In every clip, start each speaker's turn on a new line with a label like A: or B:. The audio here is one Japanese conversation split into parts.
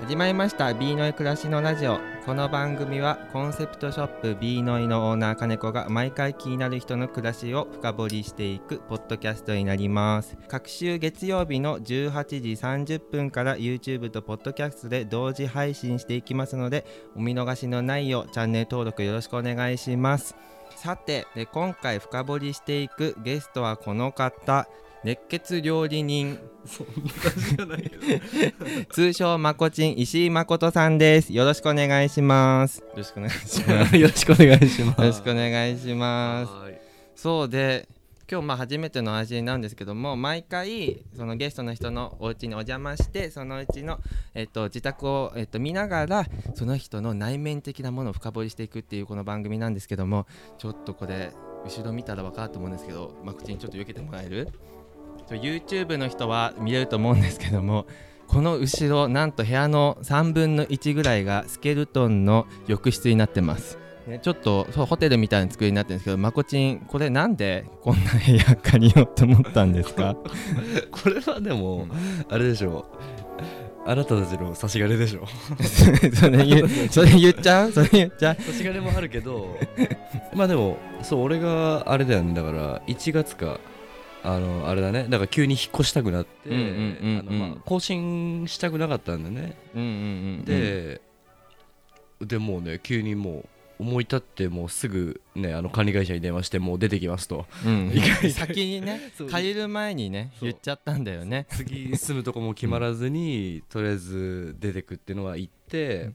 A: 始まりました B ノイ暮らしのラジオこの番組はコンセプトショップ B ノイのオーナー金子が毎回気になる人の暮らしを深掘りしていくポッドキャストになります各週月曜日の18時30分から YouTube とポッドキャストで同時配信していきますのでお見逃しのないようチャンネル登録よろしくお願いしますさてで今回深掘りしていくゲストはこの方熱血料理人
B: そんな感じじゃないけど。よ
A: 通称まこちん石井誠さんですよろしくお願いしますよろしくお願いします よ
B: ろしくお願いしま
A: ろしくお願いします
B: はい。
A: そうで今日まあ初めての味なんですけども毎回そのゲストの人のお家にお邪魔してそのうちの、えっと、自宅を、えっと、見ながらその人の内面的なものを深掘りしていくっていうこの番組なんですけどもちょっとこれ後ろ見たら分かると思うんですけどまこちんちょっと避けてもらえるちょ YouTube の人は見れると思うんですけどもこの後ろなんと部屋の3分の1ぐらいがスケルトンの浴室になってます、ね、ちょっとそうホテルみたいな作りになってるんですけどまこちんこれなんでこんな部屋借りようと思ったんですか
B: これはでも、あれでしょう。あなたたちの差し金でしょ。
A: それ言うそれ言っちゃうそれ言っちゃう
B: 差し金もあるけど、 まあでも、そう、俺があれだよね。だから、1月か、あの、あれだね。だから急に引っ越したくなって、
A: うんうん
B: あ
A: うん
B: の
A: うん
B: まあ更新したくなかったんだね。
A: うんうんうんうん
B: で、でもうね、急にもう、思い立ってもうすぐねあの管理会社に電話してもう出てきますと
A: うん
B: 意外と
A: 先にね
B: そう
A: 借りる前にね
B: そう
A: 言っちゃったんだよね
B: 次住むとこも決まらずに、とりあえず出てくっていうのは行って、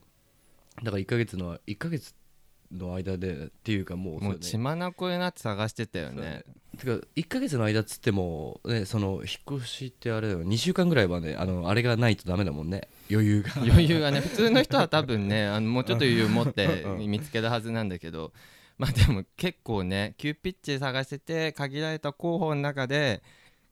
B: だから1ヶ月の1ヶ月の間でっていうかもう
A: もう
B: そ
A: 血
B: うだね
A: まなこになって探してたよ
B: そうだ
A: ね
B: てか1ヶ月の間っつってもねその引っ越しってあれだよ2週間ぐらいはねあのあれがないとダメだもんね余裕が
A: 余裕がね普通の人は多分ねあのもうちょっと余裕持って
B: うん
A: 見つけるはずなんだけどまあでも結構ね急ピッチで探してて限られた候補の中で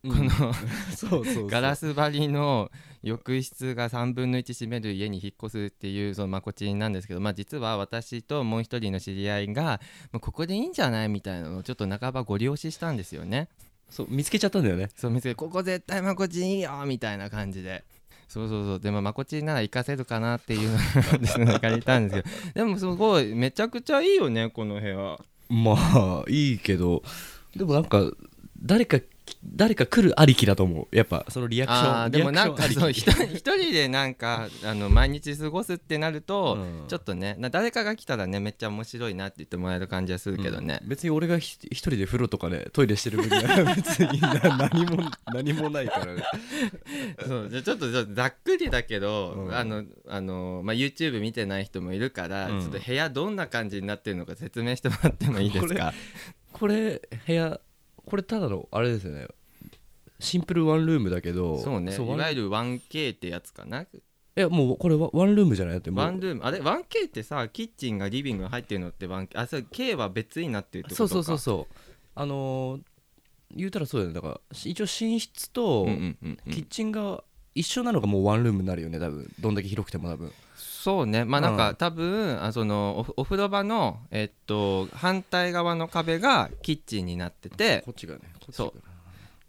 B: こ
A: この
B: そうそうそう
A: ガラス張りの浴室が3分の1占める家に引っ越すっていうそのまこちんなんですけど、まあ、実は私ともう一人の知り合いがもうここでいいんじゃないみたいなのをちょっと半ばご利用ししたんですよね。
B: そう見つけちゃったんだよね
A: そう見つけてここ絶対まこちんいいよみたいな感じで。そうそうそうでもまこちんなら行かせるかなっていうのですね借りたんですけどでもすごいめちゃくちゃいいよねこの部屋
B: まあいいけどでもなんか誰か誰か来るありきだと思うやっぱそのリアクション
A: あーでもなんか
B: リア
A: そう
B: クシ
A: 一人一人でなんかあの毎日過ごすってなると、
B: ョンありきうん
A: ちょっとねな誰かが来たらねめっちゃ面白いなって言ってもらえる感じはするけどね、
B: うん別に俺がひ一人で風呂とかねトイレしてる分には別にな何も何もないからね
A: そうじゃあちょっとちょっとざっくりだけど、
B: うん
A: あのあの、まあ、YouTube 見てない人もいるから、
B: うん
A: ちょっと部屋どんな感じになってるのか説明してもらってもいいですか
B: これ部屋これただのあれですよねシンプルワンルームだけど
A: そうねい
B: ワン
A: わゆる 1K ってやつかない
B: やもうこれワワンルームじゃないだってもう
A: ワンルームあれ 1K ってさキッチンがリビングが入ってるのって 1K あそう K は別になってるってこと
B: そ
A: か
B: うそうそうそうあのー言うたらそうだよねだからし一応寝室と
A: うんうんうんうん
B: キッチンが一緒なのがもうワンルームになるよね多分どんだけ広くても多分
A: そうねまあなんか、
B: うん
A: 多分あそのおお風呂場の、えっと、反対側の壁がキッチンになってて
B: こっちがねこっちが
A: そうっ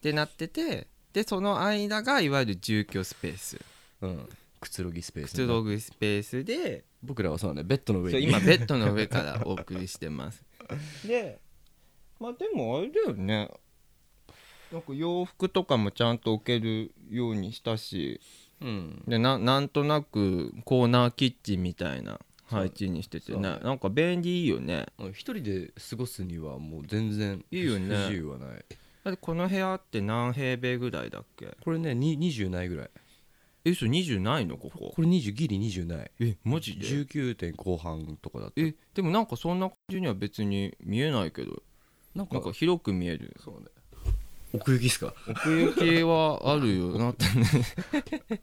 A: てなっててでその間がいわゆる住居スペース
B: うんくつろぎスペー
A: く
B: ス
A: つろぐスペースで
B: 僕らはそうだねベッドの上
A: そう
B: に
A: 今ベッドの上からお送りしてます でまあでもあれだよねなんか洋服とかもちゃんと置けるようにしたし
B: うん
A: でななんとなくコーナーキッチンみたいな配置にしててね
B: そうね
A: なんか便利いいよね
B: うん一人で過ごすにはもう全然
A: いいよね
B: 不自由はない
A: だってこの部屋って何平米ぐらいだっけ
B: これねに20ないぐらい
A: えそう20ないのここ
B: これ20ギリ20ない
A: えマジ
B: 19点後半とかだった
A: えでもなんかそんな感じには別に見えないけど
B: なんか
A: なんか広く見える
B: そうね奥行きっすか
A: 奥行きはあるよなって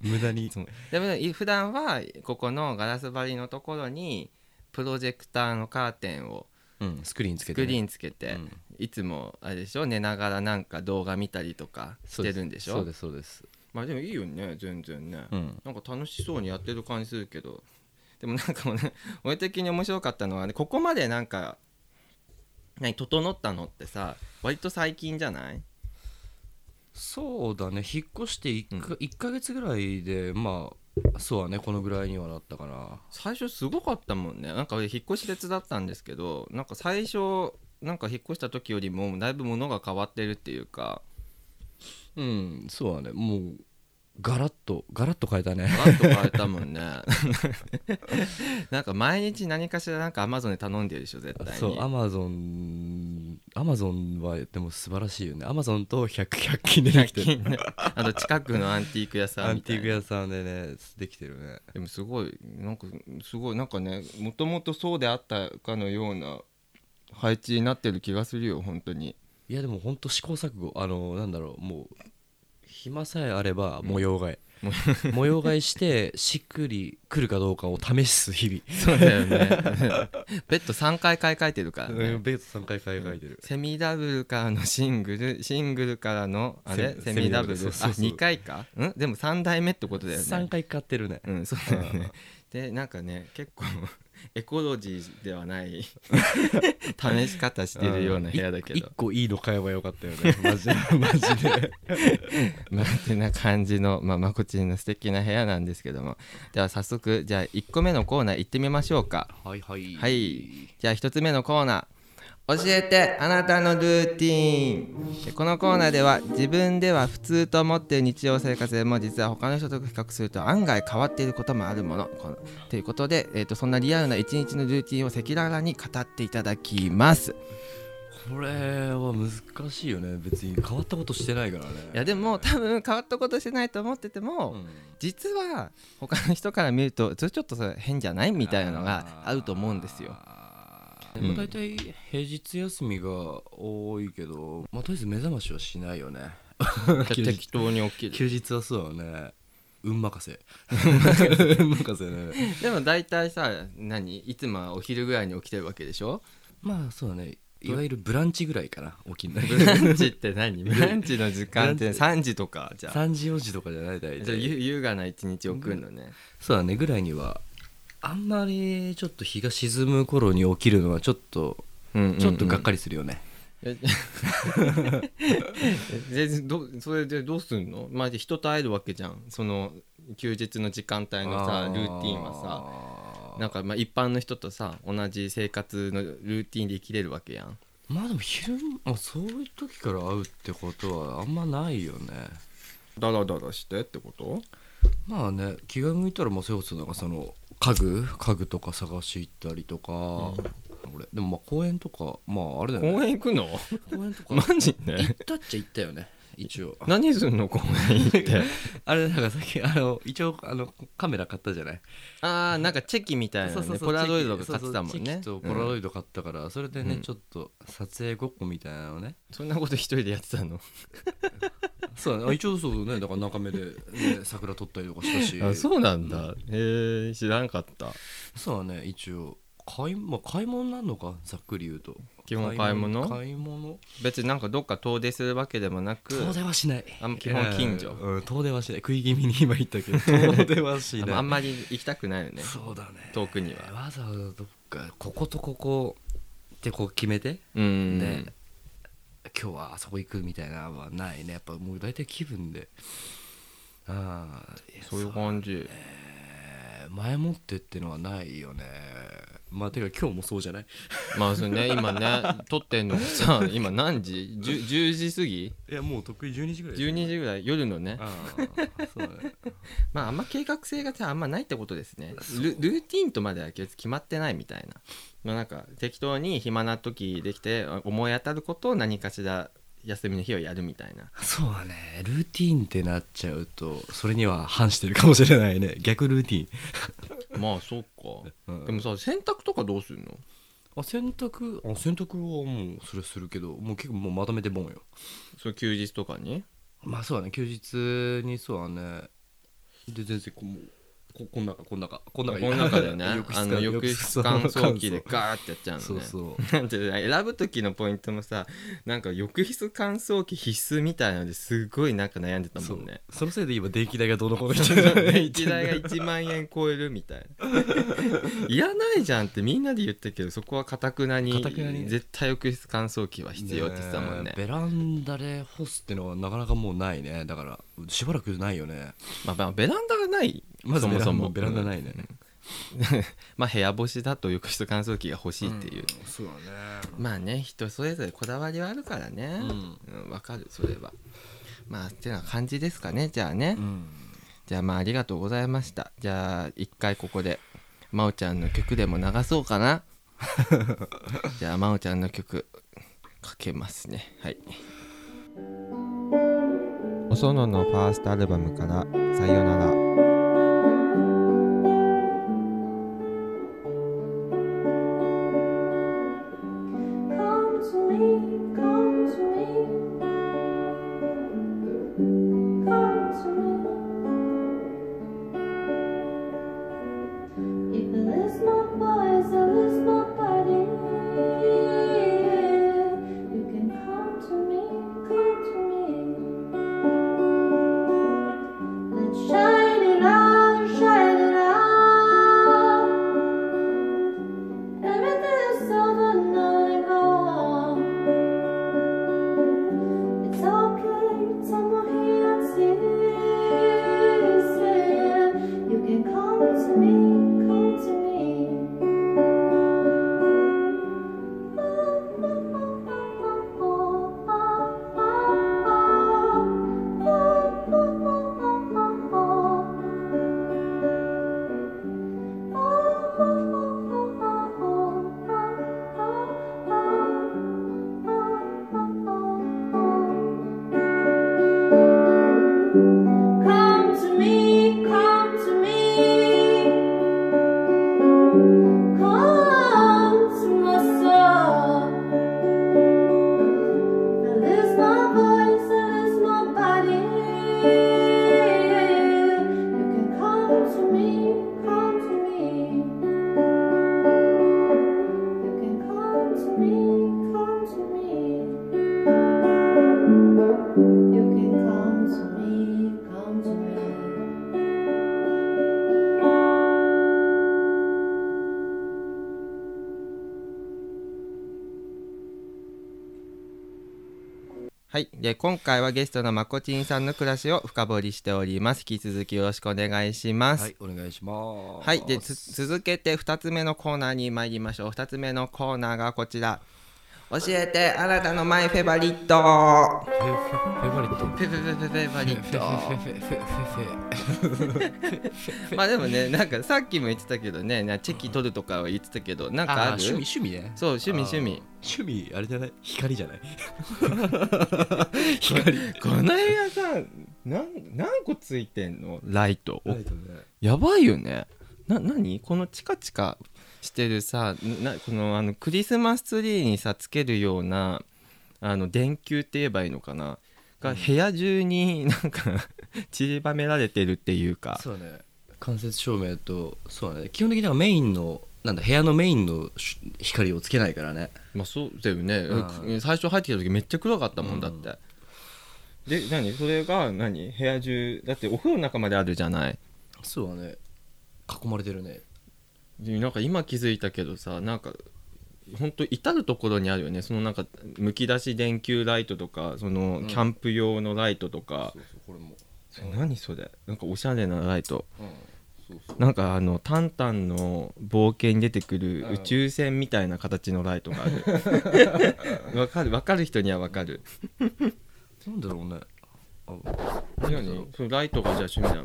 B: 無駄に
A: でもね普段はここのガラス張りのところにプロジェクターのカーテンを
B: うんスクリーンつけ
A: ス
B: て
A: クリ
B: ね
A: ーンつけて、
B: うん
A: いつもあれでしょ寝ながらなんか動画見たりとかし
B: そう
A: て
B: す
A: るんでしょ
B: そうですそうです
A: まあでもいいよね全然ね、
B: うん
A: なんか楽しそうにやってる感じするけどでもなんかもうね 俺的に面白かったのはねここまでなんか何整ったのってさ割と最近じゃない
B: そうだね引っ越して 1, か、一ヶ月ぐらいでまあそうはねこのぐらいにはなったかな
A: 最初すごかったもんねなんか俺引っ越し手伝ったんですけどなんか最初なんか引っ越した時よりもだいぶ物が変わってるっていうか
B: うんそうはねもうガラッとガラッと変えたね
A: ガラッと変えたもんね なんか毎日何かしらなんかアマゾンで頼んでるでしょ絶対に
B: そうアマゾンアマゾンはでも素晴らしいよねアマゾンと100 100均でできてる
A: あの近くのアンティーク屋さ
B: ア
A: ん
B: ン
A: みた
B: テ
A: い
B: ィ
A: な
B: ーク屋さんでねできてるね
A: でもすごいなんかすごいなんかねもともとそうであったかのような配置になってる気がするよ本当に
B: いやでもほんと試行錯誤あのなんだろうもう暇さえあれば模様替え、模様替えしてしっくりくるかどうかを試す日
A: そうだ よねベッド3回買い替えてるから
B: 々、
A: ね、
B: ベート3回買い替えてる、
A: セミダブルからのシングルシングルからのあれセ
B: セ
A: ミダブル
B: セミダブルそう
A: あ
B: そうそう
A: 2回かんでも3代目ってことだよね
B: 3回買ってるね
A: うんそうだよねでなんかね結 構エコロジーではない試し方してるような部屋だけど
B: 1個いいの買えばよかったよね マジでマジで
A: まあ、てな感じの、まあ、まこちんの素敵な部屋なんですけどもでは早速じゃあ1個目のコーナー行ってみましょうか
B: はいはい
A: はいじゃあ1つ目のコーナー教えてあなたのルーティーンでこのコーナーでは自分では普通と思っている日常生活でも実は他の人と比較すると案外変わっていることもあるものこのということで、えー、とそんなリアルな一日のルーティンを赤裸々に語っていただきます
B: これは難しいよね別に変わったことしてないからね
A: いやでも多分変わったことしてないと思ってても、
B: うん
A: 実は他の人から見るとそれちょっとそれ変じゃないみたいなのがあると思うんですよ。
B: あ
A: う
B: ー
A: ん
B: まあ大体平日休みが多いけど、まあ、とりあえず目覚ましはしない よね
A: 適当に起きる。
B: 休日はそうだね運任せ運任せね
A: でも大体さ何いつもはお昼ぐらいに起きてるわけでしょ
B: まあそうだねいわゆるブランチぐらいかな起き ない
A: ブランチって何ブ ランチの時間って3時とかじゃあ
B: 3時4時とかじゃない大
A: じゃあゆ
B: 体
A: 優雅な一日送るのね。
B: そうだねぐらいにはあんまりちょっと日が沈む頃に起きるのはちょっとちょっとがっか
A: り。
B: りするよね、
A: え 全然どそれでどうすんのまあ人と会えるわけじゃんその休日の時間帯のさルーティンはさ。
B: さ
A: なんかまあ一般の人とさ同じ生活のルーティンで生きれるわけやん
B: まあでも昼間あそういう時から会うってことはあんまないよね
A: ダラダラしてってこと
B: まあね気が向いたらもうそれこそなんかその家具家具とか探し行ったりとか、俺でもまあ公園とかまああれだよね
A: 公園行く の
B: 公園とか
A: マジ
B: 行
A: ね
B: ったっちゃ行ったよね一応
A: 何すんの公園行って
B: あれなんかさっきあの一応あのカメラ買ったじゃない
A: ああなんかチェキみたいな
B: そうそう
A: ね
B: そう
A: ポラロイドが買ってたも
B: チ
A: ん
B: ェキ
A: ね
B: そうチェキとポラ
A: う
B: ロ
A: ん
B: イド買ったから、それでね、
A: うん
B: ちょっと撮影ごっこみたいなのね
A: そんなこと一人でやってたの
B: そうだねあ一応そうねだから中目で、ね、桜撮ったりとかした し
A: うなんだへえ知らんかった
B: そうだね一応買い,、まあ、買い物なのかざっくり言うと
A: 基本買い物
B: 買い物
A: 別になんかどっか遠出するわけでもなく
B: 遠出はしない
A: あんま基本近所
B: えーうん、遠出はしない食い気味に今言ったけど遠出はし
A: あ
B: ない
A: んまあんまり行きたくないよね
B: そうだね
A: 遠くには
B: わざわざどっかこことここってこう決めて、
A: うん
B: で今日はあそこ行くみたいなのはないねやっぱもう大体気分でああ
A: そういう感じ
B: えー前もってってのはないよねまあてか今日もそうじゃない
A: まあそうね今 ね撮ってんのがさ今何時 10, 10時過ぎ
B: いやもう得意12時ぐらい
A: 12時ぐらい夜のね
B: ああそうだね
A: まああんま計画性があんまないってことですねルルーティンとまでは決まってないみたいな、まあ、なんか適当に暇な時できて思い当たることを何かしら休みの日をやるみたいな
B: そうだねルーティーンってなっちゃうとそれには反してるかもしれないね逆ルーティーン
A: まあそうか、
B: うん
A: でもさ洗濯とかどうするの
B: あ洗濯あ洗濯はもうそれするけどもう結構もうまとめてボンよ
A: その休日とかに
B: まあそうだね休日にそうだねで全然こうもうここん中こん中こん
A: こ
B: 中
A: の中 でねあの浴室乾燥機で
B: ガ
A: ガーってやっちゃうのね
B: そうそう
A: なんていうの選ぶ時のポイントもさなんか浴室乾燥機必須みたいなのですごいなんか悩んでた
B: そ
A: も
B: うん
A: ね
B: そのせいで今電気代がどうのこうの言ってる
A: 電 気代が1万円超えるみたいないらないじゃんってみんなで言ったけどそこはかたくなに
B: 頑なに
A: 絶対浴室乾燥機は必要って言ってたもんね
B: えベランダで干すってのはなかなかもうないねだからしばらくないよね
A: まあ、まあベランダがない
B: まずベラ
A: そ
B: ン
A: もそも
B: ダベランダないね、
A: まあ部屋干しだと浴室乾燥機が欲しいっていう、
C: んそうだね
A: まあね人それぞれこだわりはあるからね
B: うん
A: うんわ、かるそれはまあってな感じですかねじゃあね、
C: うん
A: じゃあまあありがとうございましたじゃあ一回ここで真央ちゃんの曲でも流そうかな じゃあ真央ちゃんの曲かけますねはいおそののファーストアルバムから「さよなら」
D: Come to me, come to me. Come to me. If I lose my voice, I lose my body. You can come to me, come to me. Let's shine it out, shine it out. Everything is over now and gone. It's okay, someone here sees it. You can come to me, come to me. Oh, oh, Come to me, come to me, come to my soul. I lose my voice, I lose my body. You can come to me, come to me. You can come to me, come to me. You can come to me, come to me.
A: はい、で今回はゲストのまこちんさんの暮らしを深掘りしております引き続きよろしくお願いします
B: は
A: はい
B: い、お願いします
A: でつ続けて2つ目のコーナーに参りましょう2つ目のコーナーがこちら教えてあなたのマイフェバリット
B: フェフェフェバリット
A: フェフェフェフェフェバリッ
C: フェ
A: ト
C: フェフェフェフェフェ
A: まあでもねなんかさっきも言ってたけどねなチェキ取るとかは言ってたけどなんかある
C: あー趣味趣味ね
A: そう趣味趣味
B: 趣味あれじゃない光じゃない光
A: この部屋さなん何個ついてんのライト
B: ライトね
A: やばいよねな何このチカチカしてるさなこのあのクリスマスツリーにさつけるようなあの電球って言えばいいのかなが部屋中になんか 散りばめられてるっていうか
B: そうだね間接照明とそうだね基本的にはメインのなんだ部屋のメインのし光をつけないからね
A: まあそうだよね
B: うん
A: 最初入ってきた時めっちゃ暗かったもんだって、で何それが何部屋中だってお風呂の中まであるじゃない
B: そうだね囲まれてるね
A: でなんか今気づいたけどさなんか本当至る所にあるよねそのなんかむき出し電球ライトとかそのキャンプ用のライトとか、
B: うそうこれも
A: 何それなんかおしゃれなライト
B: うんそうそう
A: なんかあの「タンタンの冒険」に出てくる
B: うん
A: 宇宙船みたいな形のライトがあ るわかるわかる人にはわかる
B: なんだろうね
A: 何そのライトがじゃあ趣味なの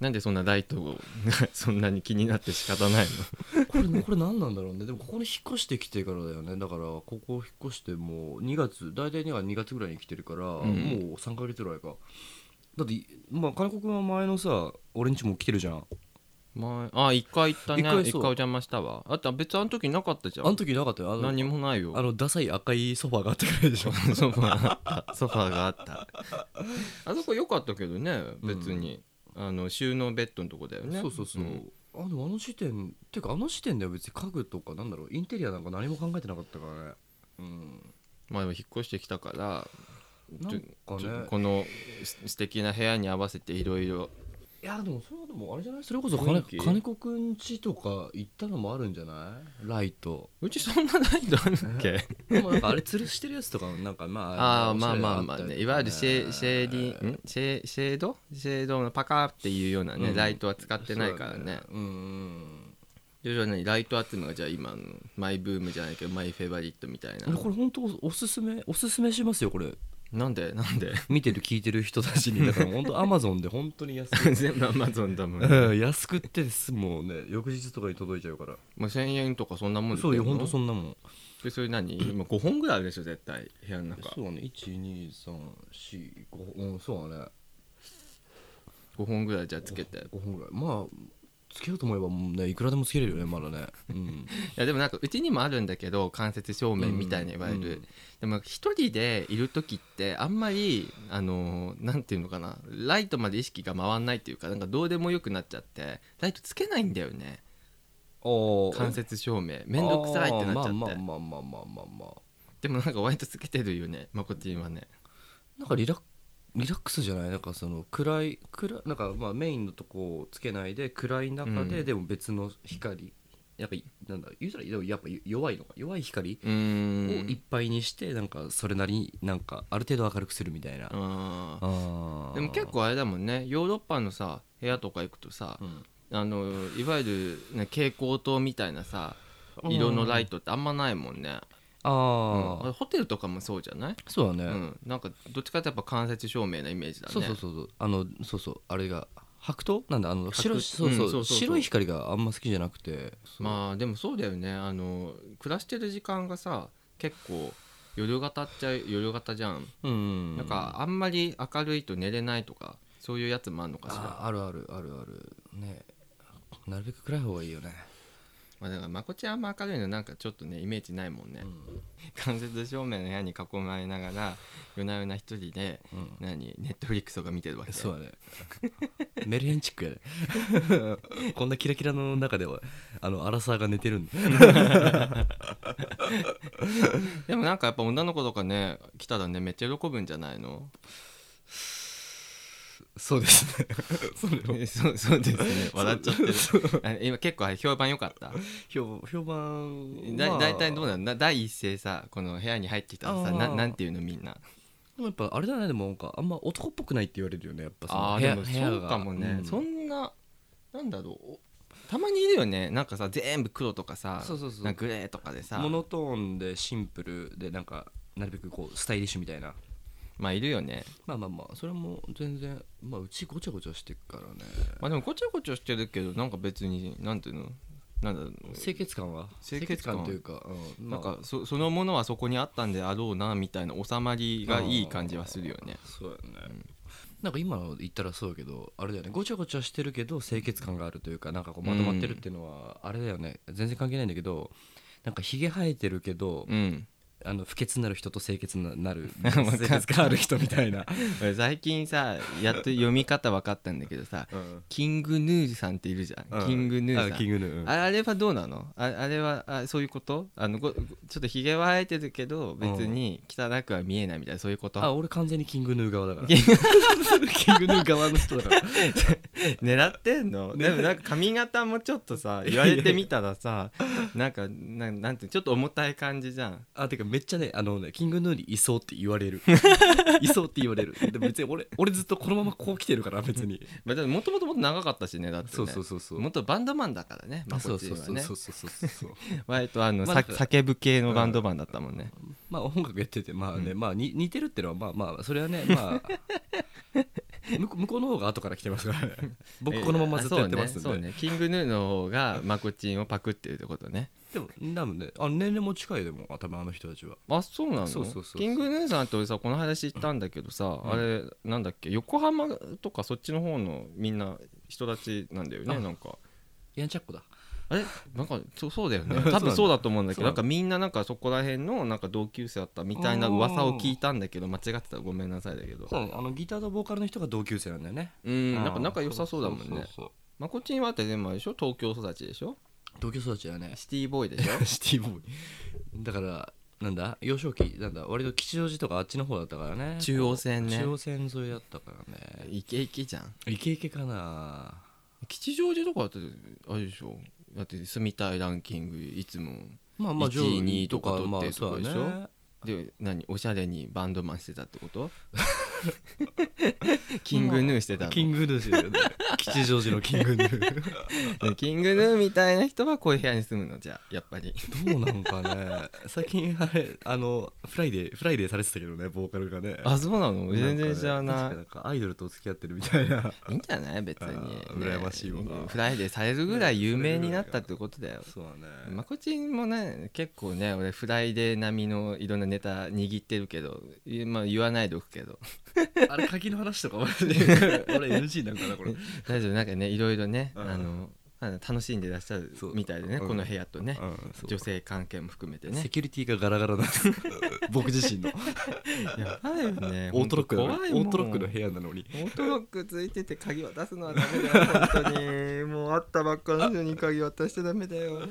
A: なんでそんなライトを そんなに気になって仕方ない
B: これ これ何なんだろうねでもここに引っ越してきてからだよねだからここを引っ越してもう2月大体には2月ぐらいに来てるから、
A: ん
B: もう3ヶ月ぐらいかだってまあ金子君は前のさ俺んちも来てるじゃん
A: の、まあ、あ一回行ったね
B: 一
A: 一
B: 回
A: 回
B: そう
A: お邪魔したわあと別にあの時なかったじ
B: あ
A: ゃん
B: の時なかったよあの
A: 何もないよ
B: あのダサい赤いソファーがあったからいでしょ
A: ソファーがあ ったソファーがあったあそこ良かったけどね別に、あの収納ベッドのとこだよ ね
B: そうそうそう、
A: ん
B: あのあの時点てかあの時点では別に家具とかなんだろうインテリアなんか何も考えてなかったからねうん
A: まあでも引っ越してきたから
B: なん
A: ちょ
B: か
A: ちょ
B: ね
A: このす素敵な部屋に合わせていろいろ
B: いやでもそれはでもあれじゃないそれこそ
A: 雰
B: 金
A: 囲気
B: 金子くんちとか行ったのもあるんじゃないライト
A: うちそんなないんだっけ
B: でもなんかあれ吊るしてるやつとかもなんかま あ
A: ああまあまあまあ
B: おしゃれだったりと
A: ね
B: か
A: いわゆるシェシェーディんシェシェードシェードのパカーっていうようなね、
B: うん
A: ライトは使ってないからね
B: そうだうんうん
A: 徐々にライト集めがじゃあ今のマイブームじゃないけどマイフェイバリットみたいな
B: 俺これ本当おおすすめおすすめしますよこれ
A: なんでなんで
B: 見てる聞いてる人たちにだから本当アマゾンで本当に安 く
A: 全部アマゾンだもんね
B: うん 安くってですもうね翌日とかに届いちゃうから
A: もう1000円とかそんなもんで
B: そうよ
A: 売ってん
B: 本
A: の
B: 当そんなもん
A: でそれ何今5本ぐらいあるでしょ絶対部屋の中
B: そうね12345うんそうだね
A: 5本ぐらいじゃあつけてい
B: 5本ぐらいまあつけようと思えばもうねいくらでもつけれるよねまだねうん
A: やでもなんかうちにもあるんだけど間接照明みたいないわゆる、
B: うん
A: でも一人でいる時ってあんまりあのーなんていうのかなライトまで意識が回んないっていうかなんかどうでもよくなっちゃってライトつけないんだよね
B: お
A: 間接照明めんどくさいってなっちゃって、
B: まあまあまあまあまあまあまあ
A: でもなんか割とつけてるよねまこてィはね
B: なんかリラッリラックスじゃないなんかその暗い暗いなんかまあメインのとこをつけないで暗い中で、
A: うん
B: でも別の光やっぱなんだ言うたらでもやっぱ弱いのか弱い光
A: うー
B: を
A: ん
B: いっぱいにしてなんかそれなりになんかある程度明るくするみたいな、あ
A: あー
B: ー
A: でも結構あれだもんねヨーロッパのさ部屋とか行くとさ、
B: うん
A: あのいわゆる、ね、蛍光灯みたいなさ色のライトってあんまないもんね、
B: あ
A: うん
B: あ、
A: れホテルとかもそうじゃない、
B: そうだね、
A: うん、なんかどっちかってやっぱ間接照明なイメージだね
B: そうそうそうそうあのそうそうあれが白桃なんだあの
A: 白
B: 白いそう
A: うん
B: そ
A: そううそうそう
B: 白い光があんま好きじゃなくて
A: まあでもそうだよねあの暮らしてる時間がさ結構夜型っちゃ夜型じゃん、
B: あうん
A: なんかあんまり明るいと寝れないとかそういうやつもあるのかしら
B: ああるあるあるあるねなるべく暗い方がいいよね
A: まあ、だからまこちゃんあんま明るいのなんかちょっとねイメージないもんね、間接照明の部屋に囲まれながら夜な夜な一人で、
B: うん
A: 何ネットフリックスとか見てるわけ
B: そうだねメルヘンチックやね こんなキラキラの中ではあのアラサーが寝 てるんだ
A: でもなんかやっぱ女の子とかね来たらねめっちゃ喜ぶんじゃないの
B: そうですねそれも
A: そうそう ですね笑っちゃってるあ今結構あれ評判良かった
B: 評評判
A: だ
B: まあ
A: 大体どうなのな第一声さこの部屋に入ってきたらさ
B: あ
A: な
B: ー
A: なんていうのみんな
B: でもやっぱあれだねでもなんかあんま男っぽくないって言われるよねやっぱその
A: あー
B: 部
A: で
B: 屋
A: も
B: 部屋
A: そう
B: が
A: かもね、
B: うん
A: そんななんだろうおたまにいるよねなんかさ全部黒とかさ
B: そうそうそう
A: なんかグレーとかでさ
B: モノトーンでシンプルでなんかなるべくこうスタイリッシュみたいな
A: まあいるよね
B: まあまあまあそれも全然まあうちごちゃごちゃしてっからね
A: まあでもごちゃごちゃしてるけどなんか別になんていうのなんだろう
B: 清潔感は
A: 清潔感
B: というか、うん
A: なん
B: ま
A: かそそのものはそこにあったんであろうなみたいな収まりがいい感じはするよね
B: あそうやね、なんか今の言ったらそうだけどあれだよねごちゃごちゃしてるけど清潔感があるというかなんかこうまとまってるっていうのはあれだよね、全然関係ないんだけどなんかひげ生えてるけど、
A: うん
B: あの不潔なる人と清潔 ななる
A: かる
B: 清潔感ある人みたいな、
A: 俺最近さやっと読み方分かったんだけどさキングヌーさんっているじゃん、キングヌー
B: あ
A: さ
B: キン
A: ん
B: グヌー、うん
A: ああれはどうなのああれはあそういうことあのごちょっとひげは生えてるけど別に汚くは見えないみたいなそういうこと
B: あ俺完全にキングヌー側だからキングヌー側の人だから
A: 狙ってんの、でもなんか髪型もちょっとさ言われてみたら さなんかなんなんてちょっと重たい感じじゃん
B: あてかめっちゃねあのねキングヌーにいそうって言わ れるいそうって言われるでも別に俺俺ずっとこのままこう来てるから別に
A: まあでももともともっと長かったしねだって、ね、
B: そうそうそうそう
A: 元バンドマンだからねま
B: あ
A: あこ
B: そ
A: っ
B: う
A: ち
B: そう
A: は
B: そう
A: ね
B: そうそうそうそう
A: 割とあの、
B: まあ
A: さ
B: なんか
A: 叫ぶ系のバンドマンだったもんね、
B: まあ音楽やっててまあね、まあに似てるってのはまあまあそれはねまあ 向こう向こうの方が後から来てますから ね僕このままずっとやってますんで、
A: そうねそうねキングヌーの方がまこっちんをパクってるってことね
B: でも多分ねあの年齢も近いでもあ多分あの人たちは
A: あそうなの
B: そうそうそうそう
A: キングヌーさんと俺さこの話行ったんだけどさ、あれなんだっけ横浜とかそっちの方のみんな人たちなんだよね
B: あ
A: なんか
B: やんちゃっこだ
A: あれなんかそうそうだよ
B: そう
A: ね
B: なんだ
A: 多分そうだと思うんだけど
B: そうな
A: なんん
B: だ
A: かみんななんかそこら辺のなんか同級生だったみたいな噂を聞いたんだけど間違ってたらごめんなさいだけど
B: そうねあのギターとボーカルの人が同級生なんだよね
A: うん
B: あー
A: なんか仲良さそうだもんね
B: そうそうそう
A: まこっちんはってでもあれでしょ東京育ちでしょ
B: 同級生たちだよね
A: シティボーイでしょ
B: シティボーイだからなんだ幼少期なんだ割と吉祥寺とかあっちの方だったからね
A: 中央線ね
B: 中央線沿いだったからね
A: イケイケじゃん
B: イケイケかな
A: 吉祥寺とかだってあれでしょだって住みたいランキングいつも
B: まあまあ
A: 1位2位とか取ってるとこでしょ
B: まあそうだね
A: で何おしゃれにバンドマンしてたってこと キングヌーしてたの
B: キングヌーですよね 吉祥寺のキングヌー
A: キングヌーみたいな人はこういう部屋に住むのじゃあやっぱり
B: どうなんかね最近あれあのフライデーフライデーされてたけどねボーカルがね
A: あそうなの全然知ら
B: ん
A: な
B: かね確かんかアイドルと付き合ってるみたいない
A: いいんじゃない別に、
B: あ
A: ね
B: ー、羨ましいわな
A: フライデーされるぐらい有名になったってことだよ
B: そうだね、
A: まこちんもね結構ね俺フライデー並みのいろんなネタ握ってるけど、いまあ、言わないでおくけど
B: あれ鍵の話とか俺 俺 NG なんかなこれ
A: 大丈夫なんかねいろいろね、
B: うん
A: あのあの楽しんでらっしゃる
B: そう
A: みたいでね、
B: うん
A: この部屋とね、
B: うん
A: 女性関係も含めてね
B: セキュリティがガラガラなんです 僕自身の
A: やばいよね
B: オートロックな
A: ほ
B: の
A: んと
B: に
A: 怖いも
B: オ
A: ん
B: ートロックの部屋なのに
A: オートロックついてて鍵渡すのはダメだよ本当にもうあったばっかの人に鍵渡しちゃダメだよ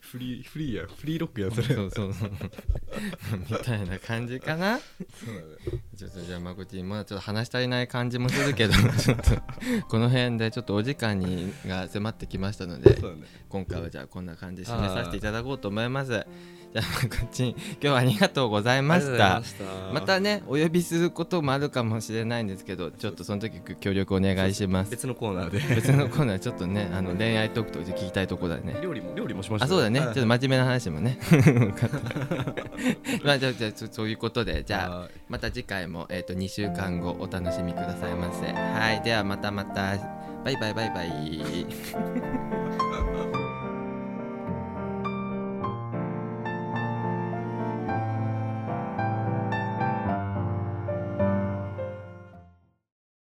B: フリーフリーやんフリーロックやん
A: そう
B: それ
A: そうそう みたいな感じかな
B: そうだね
A: ちょっとじゃあまこちんまだちょっと話し足りない感じもするけど ちょっとこの辺でちょっとお時間にが迫ってきましたので
B: そうだね
A: 今回はじゃあこんな感じで締めさせていただこうと思いますじゃあまこちん今日はありがとうございましたまたねお呼びすることもあるかもしれないんですけどちょっとその時協力お願いします
B: 別のコーナ ーで
A: 別のコーナーちょっとねあの恋愛トークとかで聞きたいとこだね
B: 料理も料理もしました
A: あそうだね、ちょっと
B: っ
A: 真面目な話も ねまあじゃあじゃあそ そういうことでじゃあまた次回も、えー、と2週間後お楽しみくださいませはいではまたまたバイバイバイバイ
B: あ